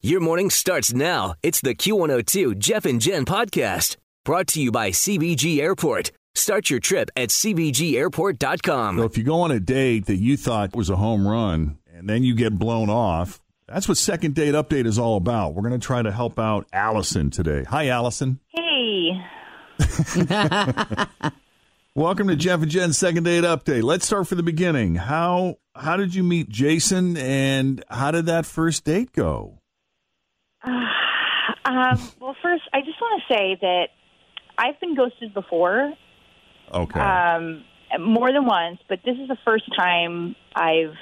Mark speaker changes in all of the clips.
Speaker 1: Your morning starts now. It's the Q102 Jeff and Jen podcast brought to you by CBG Airport. Start your trip at CBGAirport.com.
Speaker 2: So if you go on a date that you thought was a home run and then you get blown off, that's what second date update is all about. We're going to try to help out Allison today. Hi, Allison.
Speaker 3: Hey,
Speaker 2: Welcome to Jeff and Jen's second date update. Let's start from the beginning. How how did you meet Jason and how did that first date go?
Speaker 3: um, well, first, I just want to say that I've been ghosted before,
Speaker 2: Okay.
Speaker 3: um, more than once, but this is the first time I've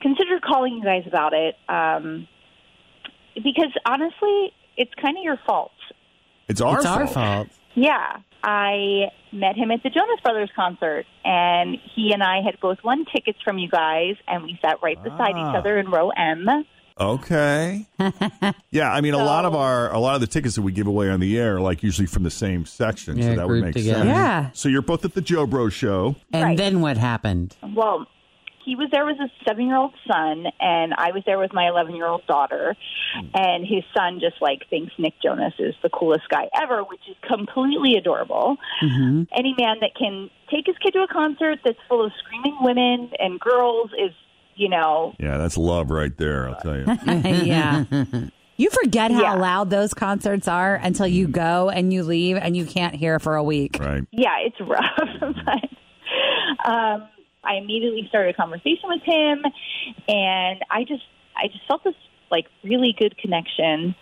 Speaker 3: considered calling you guys about it. Um, because honestly, it's kind of your fault.
Speaker 2: it's our
Speaker 4: it's
Speaker 2: fault.
Speaker 4: our fault.
Speaker 3: Yeah, I met him at the Jonas Brothers concert, and he and I had both won tickets from you guys, and we sat right beside
Speaker 2: Ah.
Speaker 3: each other in row M.
Speaker 2: Okay. yeah, I mean a lot of our a lot of the tickets that we give away on the air are like usually from the same section, so
Speaker 4: Yeah,
Speaker 2: that would
Speaker 4: grouped
Speaker 2: make
Speaker 4: together.
Speaker 2: sense.
Speaker 5: Yeah.
Speaker 2: So you're both at the Joe Bro show.
Speaker 4: And
Speaker 3: Right.
Speaker 4: then what happened?
Speaker 3: Well, he was there with his seven year old son, and I was there with my 11 year old daughter. And his son just like thinks Nick Jonas is the coolest guy ever, which is completely adorable. Any man that can take his kid to a concert that's full of screaming women and girls is, you know,
Speaker 2: Yeah, that's love right there, I'll tell you.
Speaker 5: yeah. You forget how
Speaker 3: Yeah.
Speaker 5: loud those concerts are until you go and you leave and you can't hear for a week.
Speaker 2: right.
Speaker 3: yeah, it's rough. but um, I immediately started a conversation with him, and I just I just felt this like really good connection.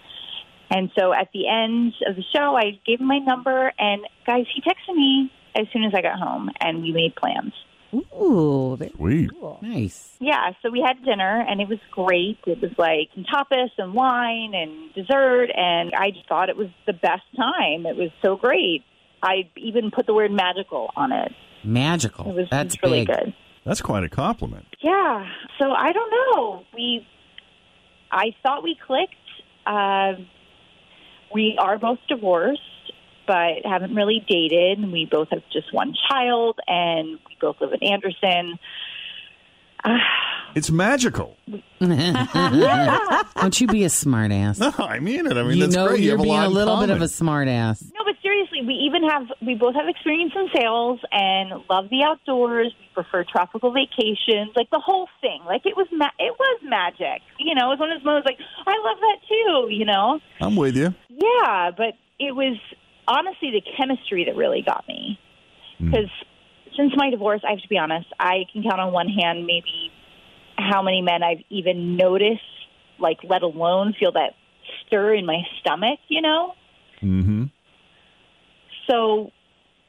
Speaker 3: And so at the end of the show, I gave him my number, and guys, he texted me as soon as I got home, and we made plans.
Speaker 5: Ooh, very
Speaker 2: Sweet.
Speaker 5: cool.
Speaker 4: Nice.
Speaker 3: Yeah, so we had dinner, and it was great. It was like some tapas and wine and dessert, and I just thought it was the best time. It was so great. I even put the word magical on it.
Speaker 4: Magical.
Speaker 3: It was
Speaker 4: That's
Speaker 3: it's really
Speaker 4: big.
Speaker 3: good.
Speaker 2: That's quite a compliment.
Speaker 3: Yeah. So I don't know. We, I thought we clicked. Um we are both divorced, but haven't really dated. We both have just one child, and we both live in Anderson.
Speaker 2: It's magical.
Speaker 4: Don't you be a smartass.
Speaker 2: No, I mean it. I mean,
Speaker 4: you
Speaker 2: that's
Speaker 4: know
Speaker 2: great. You
Speaker 4: you're
Speaker 2: have a
Speaker 4: being
Speaker 2: lot
Speaker 4: a
Speaker 2: in
Speaker 4: little bit
Speaker 2: common.
Speaker 4: of a smartass.
Speaker 3: No, but seriously, we even have we both have experience in sales and love the outdoors. We prefer tropical vacations, like the whole thing. Like it was, ma- it was magic. You know, it was one of those moments. Like I love that too. You know.
Speaker 2: I'm with you.
Speaker 3: Yeah, but it was honestly the chemistry that really got me. Because since my divorce, I have to be honest, I can count on one hand maybe how many men I've even noticed, like, let alone feel that stir in my stomach, you know?
Speaker 2: Mm-hmm.
Speaker 3: So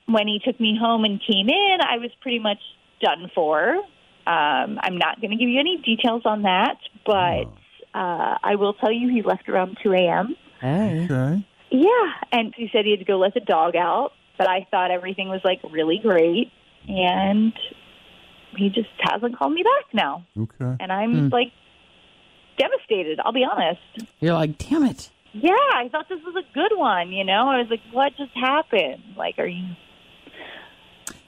Speaker 3: when he took me home and came in, I was pretty much done for. Um, I'm not going to give you any details on that, but uh, I will tell you he left around 2 a.m.
Speaker 4: Hey.
Speaker 2: Okay.
Speaker 3: Yeah, and he said he had to go let the dog out, but I thought everything was like really great, and he just hasn't called me back now,
Speaker 2: Okay.
Speaker 3: and I'm
Speaker 2: Hmm.
Speaker 3: like devastated. I'll be honest.
Speaker 4: You're like, damn it.
Speaker 3: Yeah, I thought this was a good one. You know, I was like, what just happened? Like, are you?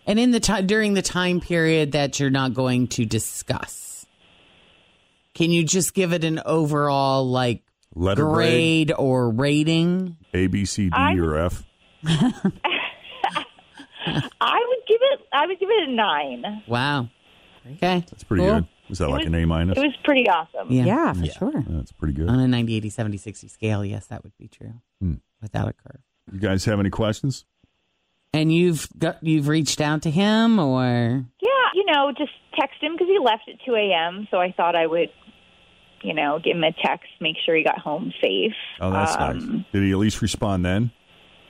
Speaker 4: And in the time during the time period that you're not going to discuss, can you just give it an overall like
Speaker 2: Letter grade,
Speaker 4: grade or rating?
Speaker 2: A, B, C, D,
Speaker 3: I-
Speaker 2: or F.
Speaker 3: I would give it. I would give it a nine.
Speaker 4: Wow. Okay,
Speaker 2: That's pretty
Speaker 4: Cool.
Speaker 2: good. Is that
Speaker 3: It
Speaker 2: like
Speaker 3: was-
Speaker 2: an A minus?
Speaker 3: It was pretty awesome.
Speaker 4: Yeah.
Speaker 5: Yeah, for sure.
Speaker 2: That's pretty good.
Speaker 4: On a 90, 80, 70, 60 scale, yes, that would be true
Speaker 2: Hmm.
Speaker 4: without a curve.
Speaker 2: You guys have any questions?
Speaker 4: And you've got you've reached out to him, or
Speaker 3: Yeah, you know, just text him because he left at 2 a.m. So I thought I would, you know, give him a text, make sure he got home safe.
Speaker 2: Oh, that's
Speaker 3: Um,
Speaker 2: nice. Did he at least respond then?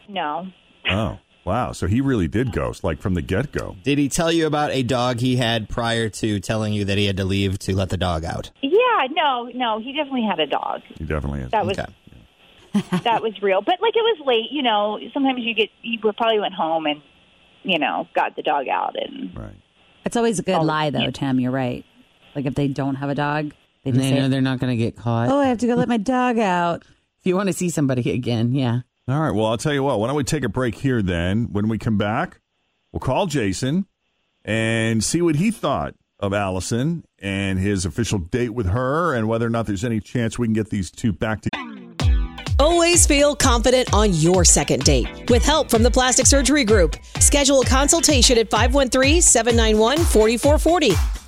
Speaker 3: No.
Speaker 2: Oh, wow. So he really did ghost, like from the get go.
Speaker 6: Did he tell you about a dog he had prior to telling you that he had to leave to let the dog out?
Speaker 3: Yeah, no, no, he definitely had a dog.
Speaker 2: He definitely is.
Speaker 3: That was
Speaker 6: Okay.
Speaker 3: that was real. But like it was late, you know, sometimes you get you probably went home and, you know, got the dog out and
Speaker 2: Right.
Speaker 5: It's always a good
Speaker 3: Oh,
Speaker 5: lie, though,
Speaker 3: yeah.
Speaker 5: Tim. You're right. Like if they don't have a dog, they
Speaker 4: and
Speaker 5: just
Speaker 4: they
Speaker 5: say,
Speaker 4: know they're not going to get caught.
Speaker 5: "Oh, I have to go let my dog out."
Speaker 4: If you want to see somebody again, yeah.
Speaker 2: All right. Well, I'll tell you what. Why don't we take a break here then? When we come back, we'll call Jason and see what he thought of Allison and his official date with her and whether or not there's any chance we can get these two back together.
Speaker 7: Always feel confident on your second date. With help from the Plastic Surgery Group, schedule a consultation at 513-791-4440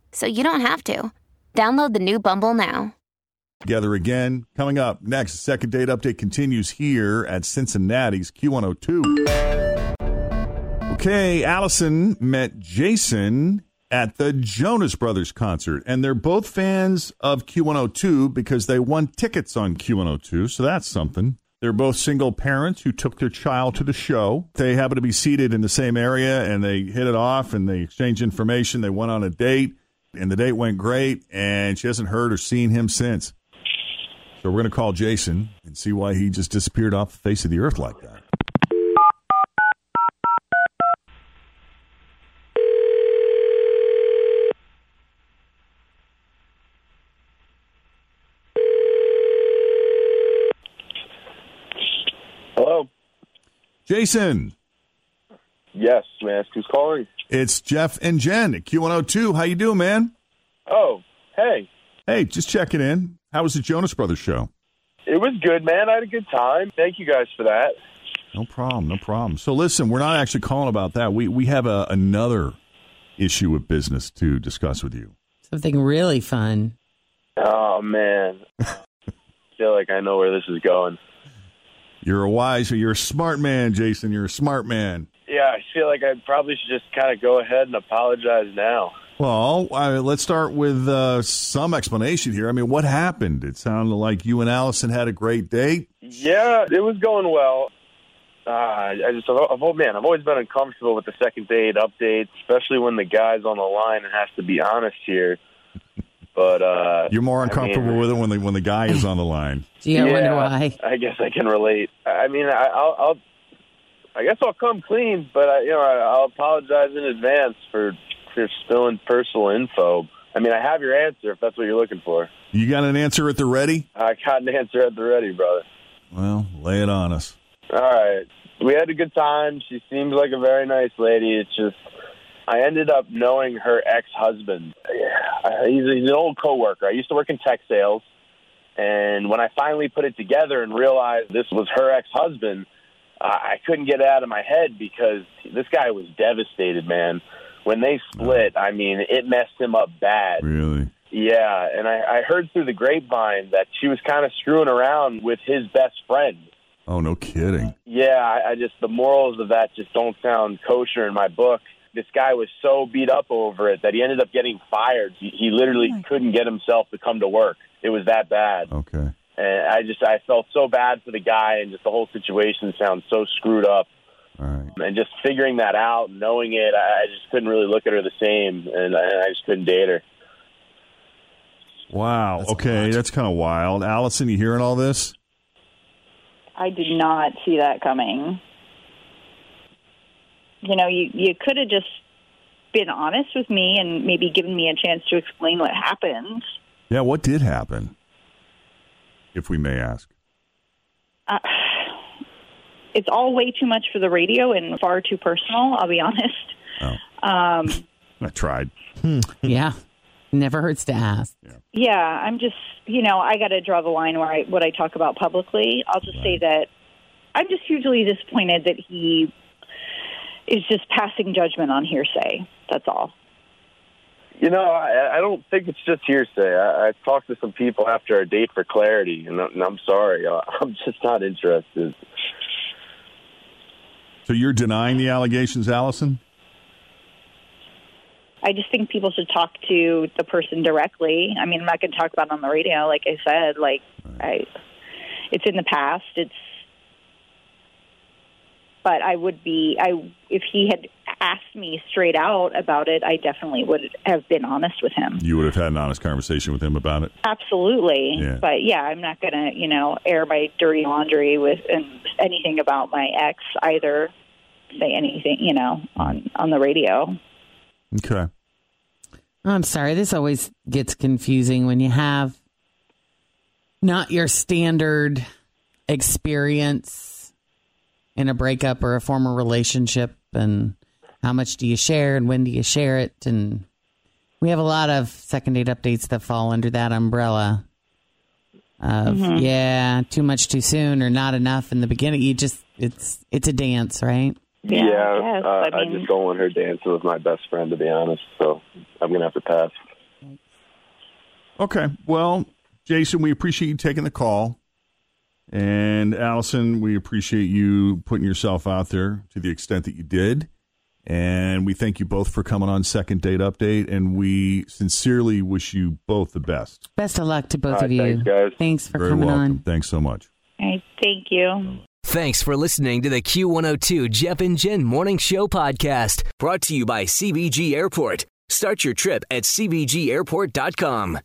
Speaker 8: so you don't have to. Download the new Bumble now.
Speaker 2: together again. Coming up next, the second date update continues here at Cincinnati's Q102. Okay, Allison met Jason at the Jonas Brothers concert, and they're both fans of Q102 because they won tickets on Q102, so that's something. They're both single parents who took their child to the show. They happen to be seated in the same area and they hit it off and they exchanged information. They went on a date and the date went great, and she hasn't heard or seen him since. So we're going to call Jason and see why he just disappeared off the face of the earth like that.
Speaker 9: Hello.
Speaker 2: Jason,
Speaker 9: Yes, may I ask who's calling?
Speaker 2: it's Jeff and Jen at Q102. How you doing, man?
Speaker 9: Oh, hey.
Speaker 2: Hey, just checking in. How was the Jonas Brothers show?
Speaker 9: It was good, man. I had a good time. Thank you guys for that.
Speaker 2: No problem, no problem. So listen, we're not actually calling about that. We we have a, another issue of business to discuss with you.
Speaker 4: Something really fun.
Speaker 9: Oh man. feel like I know where this is going.
Speaker 2: You're a wise, you're a smart man, Jason. You're a smart man.
Speaker 9: Yeah, I feel like I probably should just kind of go ahead and apologize now.
Speaker 2: Well, I, let's start with uh, some explanation here. I mean, what happened? It sounded like you and Allison had a great date.
Speaker 9: Yeah, it was going well. Uh, I just, I've, oh man, I've always been uncomfortable with the second date update, especially when the guy's on the line and has to be honest here. But uh,
Speaker 2: You're more
Speaker 9: I
Speaker 2: uncomfortable
Speaker 9: mean-
Speaker 2: with it when the when the guy is on the line.
Speaker 4: Gee, I wonder why.
Speaker 9: I guess I can relate. I I mean, I, I'll, I'll, I guess I'll come clean, but I, you know, I, I'll apologize in advance for for spilling personal info. I mean, I have your answer if that's what you're looking for.
Speaker 2: You got an answer at the ready?
Speaker 9: I got an answer at the ready, brother.
Speaker 2: Well, lay it on us.
Speaker 9: All right, we had a good time. She seems like a very nice lady. It's just. I ended up knowing her ex-husband. Yeah, He's, he's an old coworker. I used to work in tech sales, and when I finally put it together and realized this was her ex-husband, uh, I couldn't get it out of my head because this guy was devastated, man. When they split, I mean, it messed him up bad.
Speaker 2: Really?
Speaker 9: Yeah, and I, I heard through the grapevine that she was kind of screwing around with his best friend.
Speaker 2: Oh, no kidding.
Speaker 9: Yeah, I, I just the morals of that just don't sound kosher in my book. This guy was so beat up over it that he ended up getting fired. He, he literally couldn't get himself to come to work. It was that bad,
Speaker 2: Okay.
Speaker 9: and I just I felt so bad for the guy, and just the whole situation sounds so screwed up.
Speaker 2: All right.
Speaker 9: And just figuring that out, knowing it, I I just couldn't really look at her the same, and I I just couldn't date her.
Speaker 2: Wow.
Speaker 6: That's a
Speaker 2: okay,
Speaker 6: lot.
Speaker 2: that's kind of wild. Allison, you hearing all this?
Speaker 3: I did not see that coming. You know, you you could have just been honest with me and maybe given me a chance to explain what happened.
Speaker 2: Yeah, what did happen? If we may ask.
Speaker 3: Uh, it's all way too much for the radio and far too personal. I'll be honest. Um,
Speaker 2: I tried.
Speaker 4: yeah. Never hurts to ask.
Speaker 3: yeah, I'm just you know I got to draw the line where I what I talk about publicly. I'll just say that I'm just hugely disappointed that he is just passing judgment on hearsay. That's all.
Speaker 9: You know, I, I don't think it's just hearsay. I, I talked to some people after our date for clarity, and, I- and I'm sorry, I- I'm just not interested.
Speaker 2: So you're denying the allegations, Allison?
Speaker 3: I just think people should talk to the person directly. I mean, I'm not going to talk about it on the radio, like I said. Like, I, it's in the past. It's, but I would be, I if he had asked me straight out about it, I definitely would have been honest with him.
Speaker 2: You would have had an honest conversation with him about it.
Speaker 3: Absolutely.
Speaker 2: Yeah.
Speaker 3: But yeah, I'm not going to, you know, air my dirty laundry with and anything about my ex either. Say anything, you know, on on the radio.
Speaker 2: Okay.
Speaker 4: Oh, I'm sorry. This always gets confusing when you have not your standard experience in a breakup or a former relationship and how much do you share and when do you share it and we have a lot of second date updates that fall under that umbrella of
Speaker 2: Mm-hmm.
Speaker 10: Mhm.
Speaker 4: yeah too much too soon or not enough in the beginning you just it's it's a dance right
Speaker 9: Yeah,
Speaker 4: I guess.
Speaker 9: uh,
Speaker 4: I
Speaker 9: I,
Speaker 4: mean-
Speaker 9: just don't want her dancing with my best friend, to be honest. So I'm going to have to pass.
Speaker 2: Okay. Well, Jason, we appreciate you taking the call. And Allison, we appreciate you putting yourself out there to the extent that you did. And we thank you both for coming on Second Date Update. And we sincerely wish you both the best.
Speaker 4: best of luck to both
Speaker 2: All
Speaker 4: of
Speaker 2: right,
Speaker 4: you
Speaker 2: thanks, guys.
Speaker 4: for
Speaker 2: Very
Speaker 4: coming
Speaker 2: welcome.
Speaker 4: on
Speaker 2: Thanks so much.
Speaker 3: Thank you.
Speaker 1: Thanks for listening to the Q102 Jeff and Jen Morning Show podcast, brought to you by CBG Airport. Start your trip at CBGAirport.com.